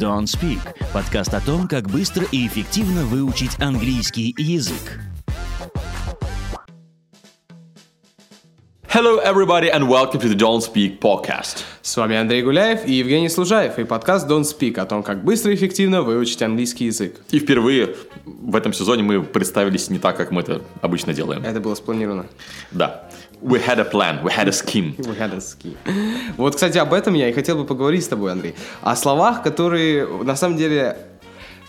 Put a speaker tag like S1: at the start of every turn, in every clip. S1: Don't Speak – подкаст о том, как быстро и эффективно выучить английский язык.
S2: Hello, everybody, and welcome to the Don't Speak podcast.
S3: С вами Андрей Гуляев и Евгений Служаев и подкаст Don't Speak о том, как быстро и эффективно выучить английский язык.
S2: И впервые в этом сезоне мы представились не так, как мы это обычно делаем.
S3: Это было спланировано.
S2: Да. We had a plan, we had a scheme.
S3: We had a scheme. Вот, кстати, об этом я и хотел бы поговорить с тобой, Андрей. О словах, которые на самом деле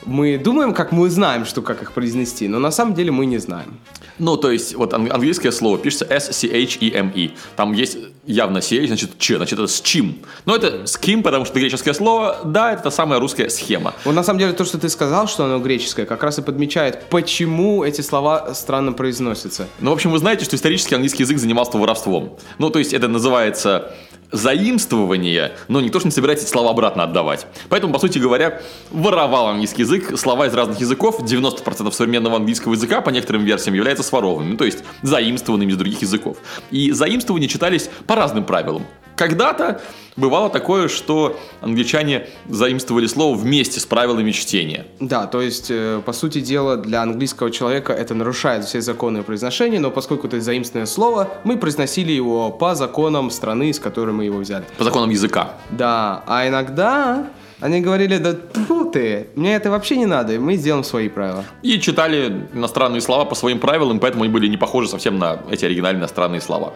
S3: мы думаем, как мы знаем, что как их произнести, но на самом деле мы не знаем.
S2: Ну, то есть, вот ан- английское слово пишется S-C-H-E-M-E. E Там есть явно CH, значит, Ч, значит, это с чем. Но это с кем, потому что греческое слово, да, это та самая русская схема.
S3: Вот на самом деле то, что ты сказал, что оно греческое, как раз и подмечает, почему эти слова странно произносятся.
S2: Ну, в общем, вы знаете, что исторически английский язык занимался воровством. Ну, то есть это называется заимствование, но никто же не собирается эти слова обратно отдавать. Поэтому, по сути говоря, воровал английский язык слова из разных языков. 90% современного английского языка, по некоторым версиям, является своровыми, ну, то есть заимствованными из других языков. И заимствования читались по разным правилам. Когда-то бывало такое, что англичане заимствовали слово вместе с правилами чтения.
S3: Да, то есть, э, по сути дела, для английского человека это нарушает все законы произношения, но поскольку это заимственное слово, мы произносили его по законам страны, из которой мы его взяли.
S2: По законам языка.
S3: Да, а иногда они говорили, да тьфу ты, мне это вообще не надо, и мы сделаем свои правила.
S2: И читали иностранные слова по своим правилам, поэтому они были не похожи совсем на эти оригинальные иностранные слова.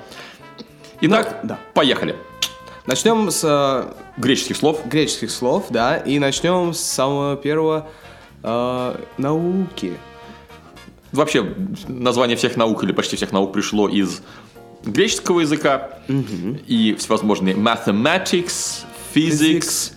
S2: Итак,
S3: да.
S2: поехали.
S3: Начнем с э,
S2: Греческих слов.
S3: греческих слов, да, и начнем с самого первого э, науки.
S2: Вообще, название всех наук или почти всех наук пришло из греческого языка. И всевозможные mathematics, physics,
S3: Physics.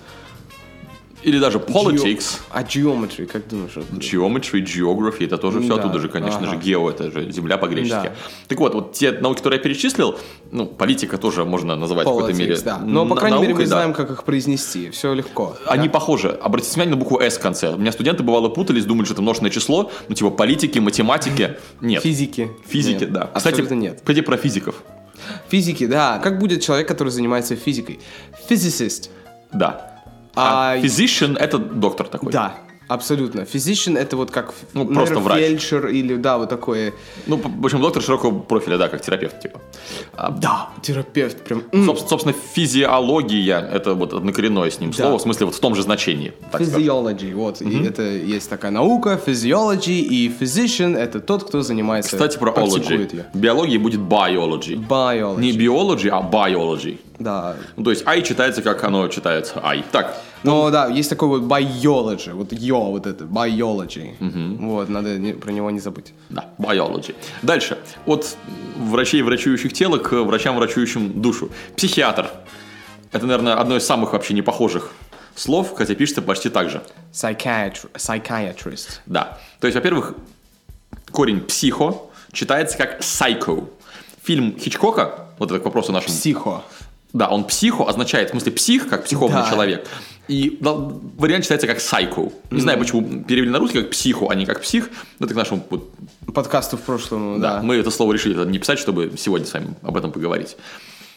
S2: или даже politics.
S3: Гео- А geometry, как думаешь? откуда?
S2: Geometry, geography, это тоже все
S3: Да,
S2: оттуда же, конечно же,
S3: ага.
S2: гео, это же земля по-гречески.
S3: Да.
S2: Так вот, вот те науки, которые я перечислил, ну, политика тоже можно назвать в какой-то
S3: Politics,
S2: мере.
S3: да. Но, по
S2: на-
S3: крайней мере, мы
S2: наукой, да.
S3: знаем, как их произнести. Все легко.
S2: Они
S3: да?
S2: похожи. Обратите внимание на букву «С» в конце. У меня студенты, бывало, путались, думали, что это множественное число. Ну, типа политики, математики. Нет.
S3: Физики.
S2: Физики,
S3: Нет,
S2: да.
S3: Абсолютно
S2: Кстати,
S3: нет.
S2: кстати, про физиков.
S3: Физики, да. Как будет человек, который занимается физикой? Physicist.
S2: Да. А,
S3: А,
S2: physician – это доктор такой.
S3: Да. Абсолютно. Physician это вот как
S2: Ну, просто врач.
S3: фельдшер или да, вот э, такое.
S2: Ну, по- в общем, доктор широкого профиля, да, как терапевт, типа. А,
S3: Да, терапевт прям. м,
S2: соб- Собственно, физиология – это вот однокоренное с ним слово, в смысле, вот в том же значении. так скажем.
S3: Physiology, вот, и это есть такая наука, physiology, и physician это тот, кто занимается,
S2: Кстати, про
S3: практикует
S2: ology.
S3: её.
S2: Биологии будет biology.
S3: Biology,
S2: Не biology, а biology.
S3: да.
S2: Ну, то есть «ай» читается, как оно читается «ай». Так,
S3: Но да, есть такой вот biology, вот йо, вот это, biology, вот, надо не- про него не забыть.
S2: Да, biology. Дальше. От врачей, врачующих тело, к врачам, врачующим душу. Психиатр. Это, наверное, одно из самых вообще непохожих слов, хотя пишется почти так же.
S3: Psychiatr- psychiatrist.
S2: Да. То есть, во-первых, корень психо читается как psycho. Фильм Хичкока, вот это к вопросу о нашем...
S3: Психо.
S2: Да, он психо означает, в смысле, псих, как психованный
S3: Да.
S2: человек. И да, вариант читается как psycho. Не знаю, почему перевели на русский как психо, а не как псих. Но это к нашему вот,
S3: Подкасту в прошлом,
S2: Да,
S3: да.
S2: мы это слово решили тогда не писать, чтобы сегодня с вами об этом поговорить.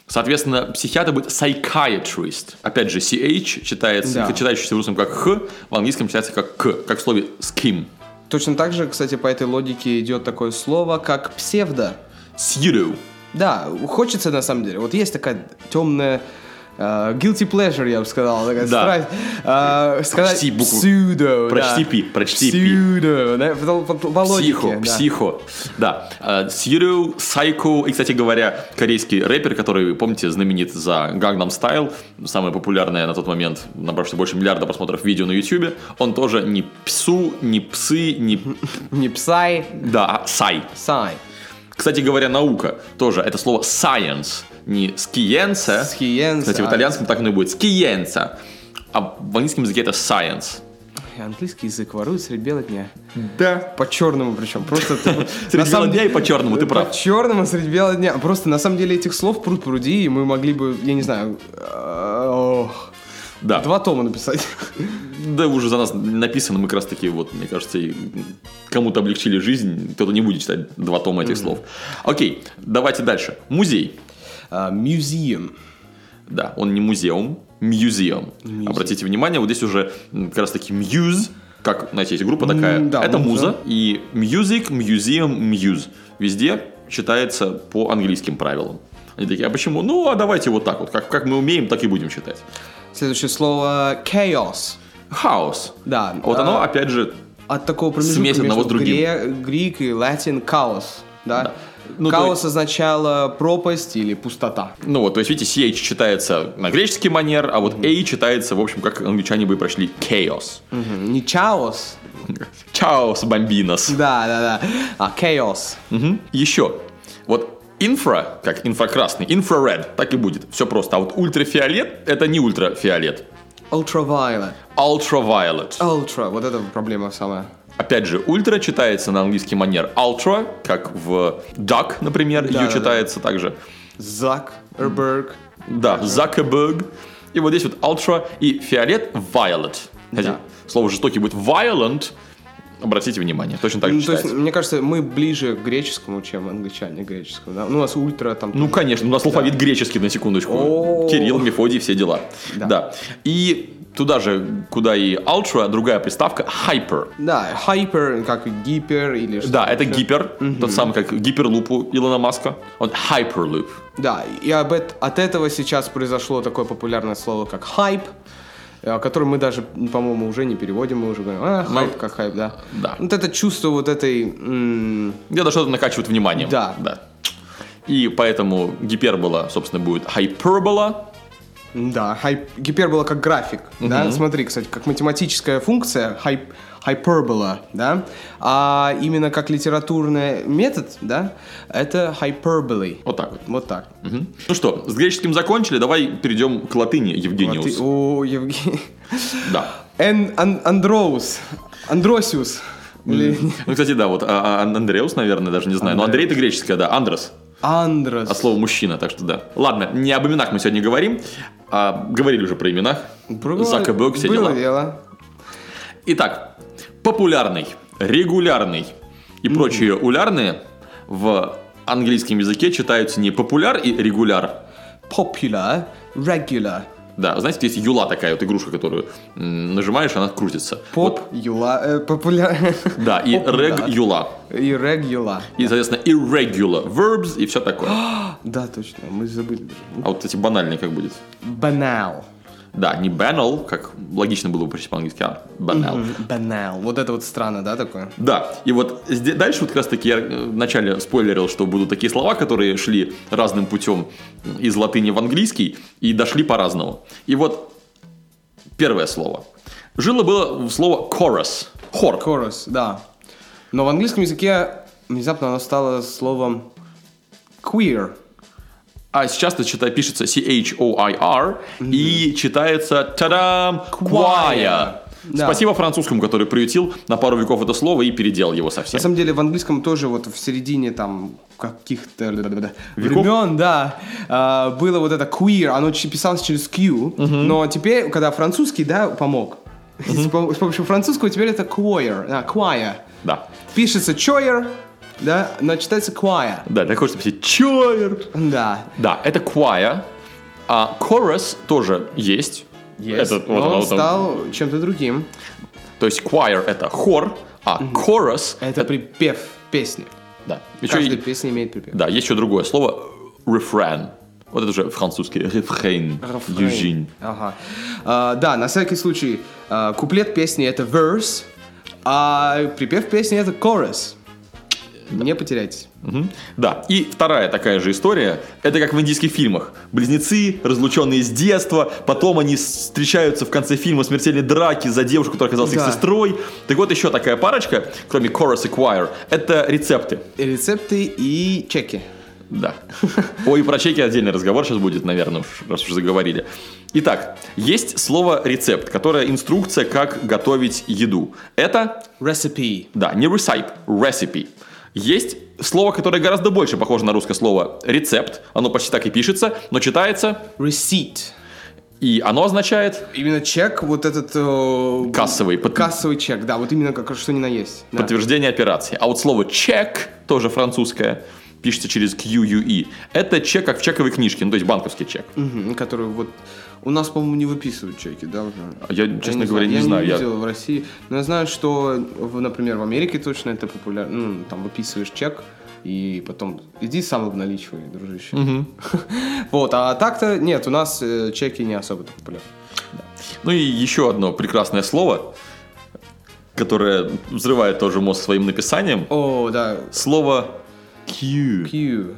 S2: Соответственно, психиатр будет psychiatrist. Опять же, CH читается,
S3: Да.
S2: читающийся в русском как Х, в английском читается как К, как в слове skim.
S3: Точно так же, кстати, по этой логике идет такое слово, как псевдо.
S2: Pseudo.
S3: Да, хочется на самом деле. Вот есть такая темная э, guilty pleasure, я бы сказал, такая
S2: Да.
S3: страсть. э, сказать
S2: Прочти букву.
S3: pseudo,
S2: Прочти
S3: да.
S2: пи, прочти пи.
S3: Pseudo, да, по, по- по логике,
S2: Психо,
S3: да.
S2: психо. Да. Э, Pseudo, psycho. И, кстати говоря, корейский рэпер, который, помните, знаменит за Gangnam Style, самое популярное на тот момент, набравшее больше миллиарда просмотров видео на YouTube, он тоже не псу, не псы, не...
S3: Не псай,
S2: Да, а сай.
S3: сай.
S2: Кстати говоря, наука тоже. Это слово science, не scienza.
S3: Scienza.
S2: Кстати, в итальянском так оно и будет. Scienza. А в английском языке это science.
S3: Ой, Английский язык воруют средь бела дня.
S2: Да.
S3: По черному причем. Просто ты-
S2: Среди
S3: на самом
S2: дня и по черному, ты прав.
S3: По Э, черному средь бела дня. Просто на самом деле этих слов пруд пруди, и мы могли бы, я не знаю, э, ох,
S2: Да.
S3: два тома написать.
S2: Да, уже за нас написано, мы как раз таки, вот, мне кажется, и кому-то облегчили жизнь, кто-то не будет читать два тома этих слов. Окей, давайте дальше. Музей.
S3: Музеум.
S2: Да, он не музеум, Museum.
S3: Museum.
S2: Обратите внимание, вот здесь уже м, как раз таки Muse, как, знаете, есть группа такая,
S3: М, да,
S2: это
S3: муза.
S2: муза, и Music, Museum, Muse. Везде читается по английским правилам. Они такие, а почему? Ну, а давайте вот так вот, как, как мы умеем, так и будем читать.
S3: Следующее слово chaos.
S2: Хаос.
S3: Да.
S2: Вот
S3: а,
S2: оно, опять же,
S3: от такого промежутка
S2: Смесь одного
S3: между
S2: с другим.
S3: гре- грек и латин chaos. Да?
S2: Да. Ну, то
S3: chaos
S2: есть-
S3: означало пропасть или пустота.
S2: ну вот, то есть, видите, CH читается на греческий манер, а вот A читается, в общем, как англичане бы и прочли, chaos.
S3: Мгм. Не chaos.
S2: Чаос, бомбинос.
S3: Да, да, да. А chaos.
S2: Мгм. Еще. Вот инфра, как инфракрасный, infrared, так и будет. Все просто. А вот ультрафиолет это не ультрафиолет.
S3: Ultraviolet.
S2: Ultraviolet.
S3: Ultra. Вот это проблема самая.
S2: Опять же, ультра читается на английский манер ultra, как в duck, например, ее
S3: да,
S2: читается также.
S3: Zuckerberg.
S2: Да, Zuckerberg. И вот здесь вот ultra и фиолет violet. Хотя
S3: Да.
S2: Слово жестокий будет violent. Обратите внимание, точно так же
S3: Ну, то
S2: читается.
S3: есть, мне кажется, мы ближе к греческому, чем англичане к греческому. да? Ну, у нас ультра там...
S2: Ну, конечно, у нас алфавит греческий, на секундочку.
S3: О.
S2: Кирилл, Мефодий, все дела.
S3: Да.
S2: Да. И туда же, куда и ultra, другая приставка hyper.
S3: Да, hyper, как гипер или что
S2: Да, это
S3: еще.
S2: гипер, тот самый, как гиперлуп у Илона Маска. Он hyperloop.
S3: Да, и об эт- от этого сейчас произошло такое популярное слово, как хайп, э, которое мы даже, м, по-моему, уже не переводим, мы уже говорим, а,
S2: Мы-
S3: хайп, как хайп, да.
S2: Да.
S3: Вот это чувство вот этой... м,
S2: Где-то что-то накачивает внимание.
S3: Да.
S2: Да. И поэтому гипербола, собственно, будет хайпербола.
S3: Да, хайп, гипербола как график, да, смотри, кстати, как математическая функция, хайп, hyperbola, да, а именно как литературный метод, да, это hyperbole,
S2: Вот так вот.
S3: вот так.
S2: Мгм. Ну что, с греческим закончили, давай перейдем к латыни,
S3: А
S2: Евгениус.
S3: ты- О, Евгений.
S2: Да.
S3: Эн, ан- Андроус, Андросиус, или
S2: Ну, кстати, да, вот а, а, Андреус, наверное, даже не знаю. Но Андрей это греческое, да, Андрес.
S3: Андрос.
S2: от слова мужчина, так что да. Ладно, не об именах мы сегодня говорим, а говорили уже про имена. Закобек, все
S3: Было
S2: дела.
S3: дело.
S2: Итак, популярный, регулярный и прочие улярные в английском языке читаются не популяр и регуляр.
S3: Popular, regular,
S2: Да, знаете, есть юла такая вот игрушка, которую м, нажимаешь, она крутится.
S3: pop,
S2: Вот,
S3: юла, э, популяр...
S2: да, и
S3: Popular.
S2: рег юла.
S3: И regular.
S2: И, соответственно, irregular verbs и все такое. А
S3: Да, точно, мы забыли. даже.
S2: вот эти банальные как будет?
S3: Banal.
S2: Да, не banal, как логично было бы прочесть по-английски, а banal.
S3: Banal. Вот это вот странно, да, такое?
S2: Да, и вот зде- дальше вот как раз таки я э, вначале спойлерил, что будут такие слова, которые шли разным путем из латыни в английский и дошли по-разному. И вот первое слово. Жило-было слово chorus. Хор.
S3: Chorus, да. Но в английском языке внезапно оно стало словом queer.
S2: А сейчас это читай, пишется C-H-O-I-R и читается та-дам,
S3: Choir.
S2: choir.
S3: Да.
S2: Спасибо французскому, который приютил на пару веков это слово и переделал его
S3: На
S2: совсем.
S3: самом деле в английском тоже вот в середине там каких-то да-да-да,
S2: Веков?
S3: времен, да, а, было вот это queer, оно ч- писалось через Q, но теперь, когда французский, да, помог, с пом- с помощью французского теперь это choir, да, choir.
S2: Да.
S3: Пишется choir, да, но читается choir.
S2: Да, так хочется писать choir.
S3: Да,
S2: Да, это choir. А chorus тоже есть.
S3: Yes,
S2: Это вот
S3: но
S2: оно
S3: он
S2: вот там.
S3: стал чем-то другим.
S2: То есть choir это хор, а chorus
S3: Это припев песни.
S2: да. Еще
S3: Каждая
S2: Э, и,
S3: песня имеет припев.
S2: да, есть еще другое слово refrain. Вот это уже французский рефрейн.
S3: Рафрейн.
S2: Южин.
S3: Ага. А, да, на всякий случай, а, куплет песни это verse, а припев песни это chorus. Не потеряйтесь.
S2: Мгм. Да. И вторая такая же история. Это как в индийских фильмах. Близнецы, разлученные с детства, потом они встречаются в конце фильма в смертельной драки за девушку, которая оказалась
S3: Да.
S2: их сестрой. Так вот еще такая парочка, кроме chorus и choir, это рецепты.
S3: Рецепты и чеки.
S2: Да. Ой, про чеки отдельный разговор сейчас будет, наверное, уж, раз уже заговорили. Итак, есть слово рецепт, которое инструкция, как готовить еду. Это,
S3: Recipe.
S2: да, не recipe, recipe. Есть слово, которое гораздо больше похоже на русское слово рецепт. Оно почти так и пишется, но читается,
S3: Receipt.
S2: и оно означает
S3: Именно чек, вот этот... э,
S2: Кассовый, под-
S3: Кассовый чек, да, вот именно как что ни на есть. да.
S2: подтверждение операции. А вот слово чек, тоже французское, пишется через QUE. Это чек, как в чековой книжке, ну, то есть банковский чек.
S3: Мгм, Которые вот... У нас, по-моему, не выписывают чеки, да? уже?
S2: Я, честно говоря, не знаю.
S3: Я не
S2: Я-
S3: видел в России. Но я знаю, что, в- например, в Америке точно это популярно. Ну, там выписываешь чек, и потом иди сам обналичивай, дружище.
S2: Мгм.
S3: Вот, а так-то нет, у нас э, чеки не особо популярны.
S2: Ну и еще одно прекрасное слово, которое взрывает тоже мозг своим написанием.
S3: О, да,
S2: Слово Q.
S3: Q.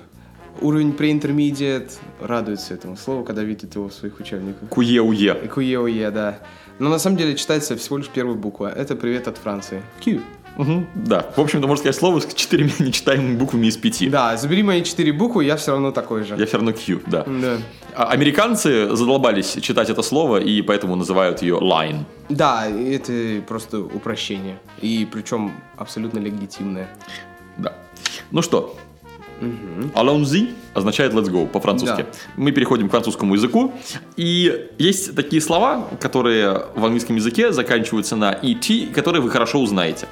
S3: Уровень преинтермедиат радуется этому слову, когда видит его в своих учебниках.
S2: Куе-уе.
S3: QEOE, да. Но на самом деле читается всего лишь первая буква. Это привет от Франции. Q.
S2: Мгм, Да. В общем-то, можно сказать слово с четырьмя нечитаемыми буквами из пяти.
S3: Да, забери мои четыре буквы, я все равно такой же.
S2: Я все равно Q, да.
S3: Да.
S2: А Американцы задолбались читать это слово и поэтому называют ее line.
S3: Да, и это просто упрощение. И причем абсолютно легитимное.
S2: Да. Ну что, Allons-y означает let's go по-французски.
S3: Да.
S2: Мы переходим к французскому языку. И есть такие слова, которые в английском языке заканчиваются на et, которые вы хорошо узнаете.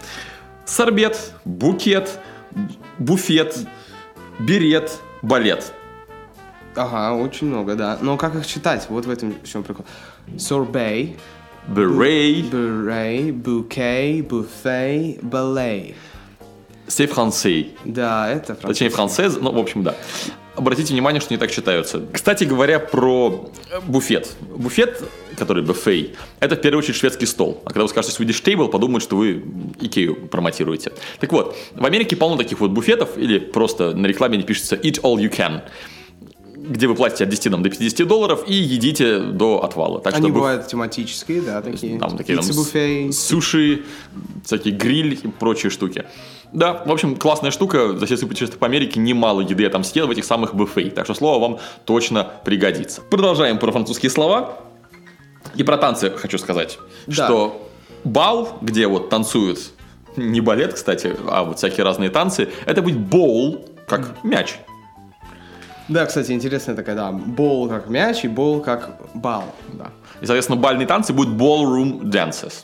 S2: Сорбет, букет, буфет, берет, балет.
S3: Ага, очень много, да. Но как их читать? Вот в этом в чем прикол. Sorbet,
S2: Beret,
S3: beret, bouquet, buffet, ballet.
S2: c'est français.
S3: Да, это французский.
S2: Точнее, францез, ну, в общем, да. Обратите внимание, что не так читаются. Кстати говоря, про э, буфет. Буфет, который буфей, это в первую очередь шведский стол. А когда вы скажете Swedish Table, подумают, что вы Икею проматируете. Так вот, в Америке полно таких вот буфетов, или просто на рекламе пишется «Eat all you can», где вы платите от 10 там, до 50 долларов и едите до отвала. Так
S3: Они
S2: что буф-
S3: бывают тематические, да, такие.
S2: там такие там,
S3: Пицца-буфей.
S2: с- суши, всякие гриль и прочие штуки. Да, в общем, классная штука. За все путешествия по Америке немало еды я там съел в этих самых буфей. Так что слово вам точно пригодится. Продолжаем про французские слова. И про танцы хочу сказать,
S3: Да.
S2: что бал, где вот танцуют, не балет, кстати, а вот всякие разные танцы, это будет боул, как мяч.
S3: Да, кстати, интересная такая, да, бол как мяч и бол как бал.
S2: Да. И, соответственно, бальные танцы будут ballroom dances.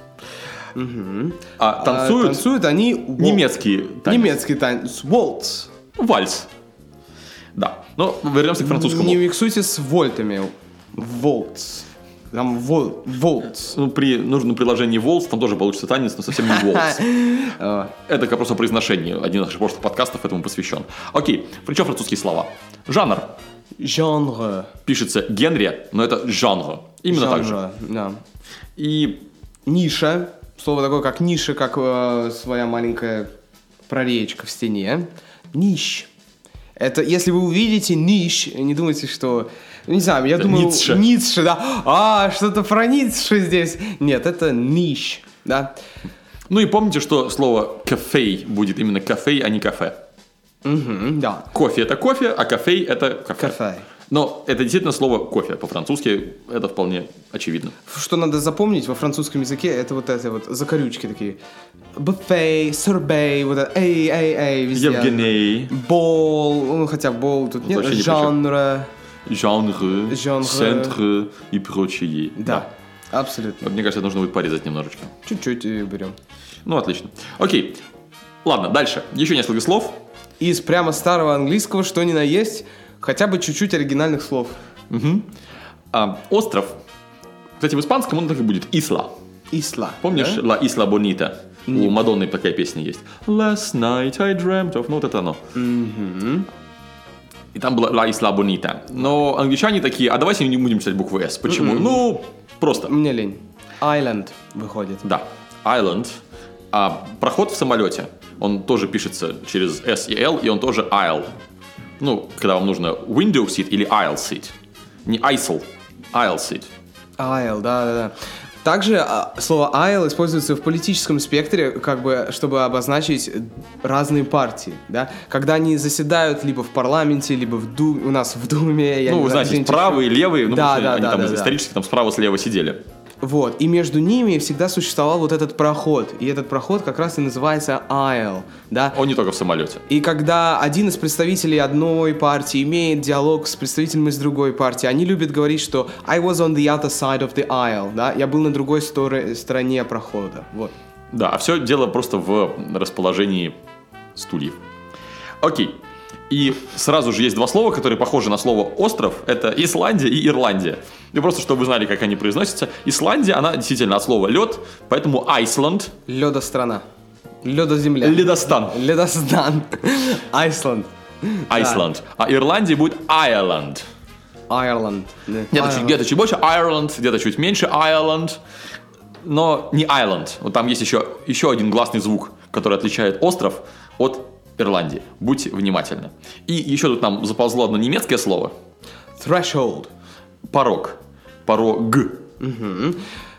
S2: А танцуют
S3: А танцуют они... вол-
S2: немецкие танцы.
S3: Немецкий танец. Волтс.
S2: Ну, Вальс. Да. Но вернемся к французскому.
S3: Не миксуйте с вольтами. Волтс. Там вол... волтс.
S2: Ну, при нужном приложении Волс там тоже получится танец, но совсем не Волс.
S3: А,
S2: Это как просто произношение. Один из наших прошлых подкастов этому посвящен. Окей, причем французские слова. Жанр.
S3: Жанр.
S2: Пишется Генри, но это жанр. Именно так же.
S3: Жанр, Да.
S2: И
S3: Ниша. Слово такое, как ниша, как э, своя маленькая прореечка в стене. Нищ. Это, если вы увидите нищ, не думайте, что... ну, Не знаю, я
S2: Это
S3: думаю...
S2: Ницше.
S3: Ницше, да. А, что-то про Ницше здесь. Нет, это нищ, да.
S2: ну и помните, что слово кафе будет именно кафе, а не кафе.
S3: Мгм, да.
S2: Кофе это кофе, а кафе это кафе.
S3: Кафе.
S2: Но это действительно слово кофе по-французски, это вполне очевидно.
S3: Что надо запомнить во французском языке, это вот эти вот закорючки такие. Буфей, сорбей, вот это эй, эй, эй, везде.
S2: Евгений,
S3: Бол, ну хотя бол тут нет,
S2: вообще ни при чем.
S3: жанра.
S2: жанры,
S3: Жанры.
S2: центры и прочие.
S3: Да, абсолютно.
S2: Мне кажется, это нужно будет порезать немножечко.
S3: Чуть-чуть и берем.
S2: Ну, отлично. Окей. Ладно, дальше. Еще несколько слов.
S3: Из прямо старого английского, что ни на есть, хотя бы чуть-чуть оригинальных слов.
S2: А, остров. Кстати, в испанском он так и будет. Исла.
S3: Исла.
S2: Помнишь
S3: да?
S2: La Isla Bonita? У Мадонны такая песня есть. Last night I dreamt of... Ну, вот это оно. И там была La Isla Bonita. Но англичане такие, а давайте не будем читать букву S. Почему? Ну, просто.
S3: Мне лень. Island выходит.
S2: Да. Island. А проход в самолете, он тоже пишется через S и L, и он тоже aisle. Ну, когда вам нужно window seat или aisle seat. Не aisle, aisle seat.
S3: Айл, да, да, да. Также а, слово айл используется в политическом спектре, как бы, чтобы обозначить разные партии, да, когда они заседают либо в парламенте, либо в ду... у нас в Думе, я
S2: ну,
S3: не
S2: вы
S3: знаю,
S2: знаете,
S3: извините,
S2: правые, левые, ну,
S3: Да,
S2: потому что
S3: да,
S2: они
S3: да,
S2: там
S3: да,
S2: из-
S3: да.
S2: исторически там справа-слева сидели.
S3: Вот, и между ними всегда существовал вот этот проход, и этот проход как раз и называется айл, да.
S2: Он не только в самолете.
S3: И когда один из представителей одной партии имеет диалог с представителем из другой партии, они любят говорить, что I was on the other side of the aisle, да, я был на другой стор- стороне прохода, вот.
S2: Да, а все дело просто в расположении стульев. Окей. И сразу же есть два слова, которые похожи на слово «остров». Это Исландия и Ирландия. И просто, чтобы вы знали, как они произносятся. Исландия, она действительно от слова «лед», поэтому Айсланд,
S3: Леда страна. Леда земля.
S2: «ледостан»,
S3: Ледостан. Айсланд.
S2: Айсланд. А Ирландия будет Айрланд.
S3: Айрланд. Да.
S2: Где-то чуть,
S3: Айрланд.
S2: где-то чуть больше Айрланд, где-то чуть меньше Айрланд, но не Айленд. Вот там есть еще, еще один гласный звук, который отличает остров от Ирландии. Будьте внимательны. И еще тут нам заползло одно немецкое слово.
S3: Threshold.
S2: Порог. Порог.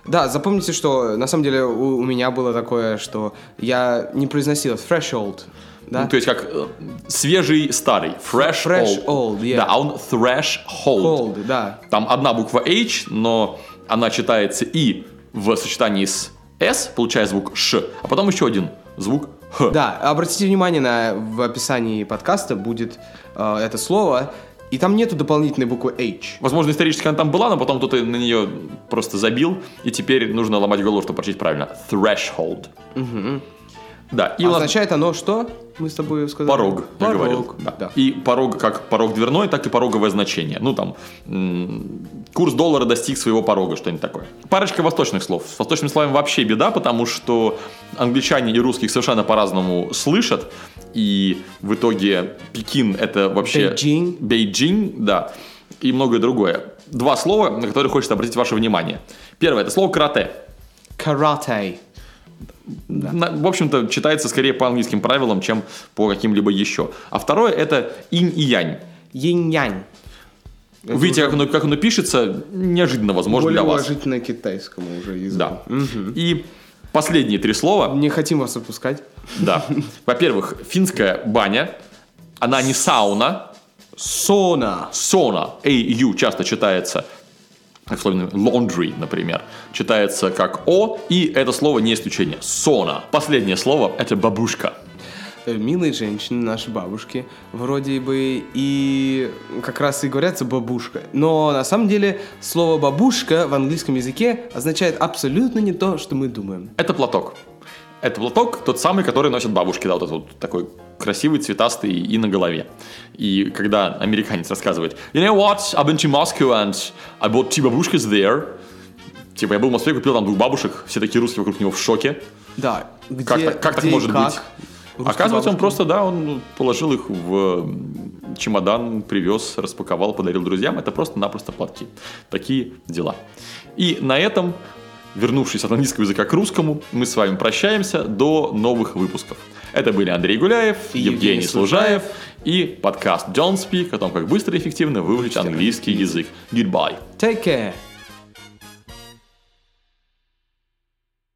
S3: Да, запомните, что на самом деле у, у меня было такое, что я не произносил threshold. Да?
S2: Ну, то есть как э, свежий старый. Fresh, old.
S3: Fresh old, yeah.
S2: Да, а он threshold.
S3: Hold, да.
S2: Там одна буква H, но она читается и в сочетании с S, получая звук Ш, а потом еще один звук Х.
S3: Да, обратите внимание на в описании подкаста будет э, это слово, и там нету дополнительной буквы H.
S2: Возможно, исторически она там была, но потом кто-то на нее просто забил, и теперь нужно ломать голову, чтобы прочесть правильно. Threshold. Да, и у нас
S3: Означает оно что? Мы с тобой сказали.
S2: порог, я говорил.
S3: Порог.
S2: Да.
S3: да.
S2: И порог как порог дверной, так и пороговое значение. Ну, там, м, курс доллара достиг своего порога, что-нибудь такое. Парочка восточных слов. С восточными словами вообще беда, потому что англичане и русских совершенно по-разному слышат, и в итоге Пекин это вообще...
S3: Бейджинг.
S2: Бейджинг, да, и многое другое. Два слова, на которые хочется обратить ваше внимание. Первое, это слово карате.
S3: Карате.
S2: На- в общем-то, читается скорее по английским правилам, чем по каким-либо еще. А второе это инь и янь.
S3: Янь-янь.
S2: Видите, как оно, как оно пишется, неожиданно, возможно,
S3: Более
S2: для вас.
S3: уважительно китайскому уже языку.
S2: Да. И последние три слова.
S3: Не хотим вас отпускать.
S2: Да. Во-первых, финская баня. Она не сауна.
S3: Сона.
S2: Сона, AU часто читается, как слово laundry, например, читается как О, и это слово не исключение. Сона. Последнее слово – это бабушка.
S3: Э, Милые женщины, наши бабушки, вроде бы и как раз и говорятся бабушка. Но на самом деле слово бабушка в английском языке означает абсолютно не то, что мы думаем.
S2: Это платок. Это платок, тот самый, который носят бабушки, да, вот этот вот такой красивый, цветастый и на голове. И когда американец рассказывает, you know what, I've been to Moscow and I bought two бабушкас there. Типа, я был в Москве, купил там двух бабушек, все такие русские вокруг него в шоке.
S3: Да. Где,
S2: Как так- как так
S3: где и
S2: может
S3: как
S2: быть?
S3: русские
S2: Оказывается, он
S3: бабушки-
S2: просто, да, он положил их в м, чемодан, привез, распаковал, подарил друзьям. Это просто-напросто платки. Такие дела. И на этом, вернувшись от английского языка к русскому, мы с вами прощаемся до новых выпусков. Это были Андрей Гуляев,
S3: И
S2: Евгений,
S3: Евгений
S2: Служаев и подкаст Don't Speak о том, как быстро и эффективно выучить английский язык. Goodbye.
S3: Take care.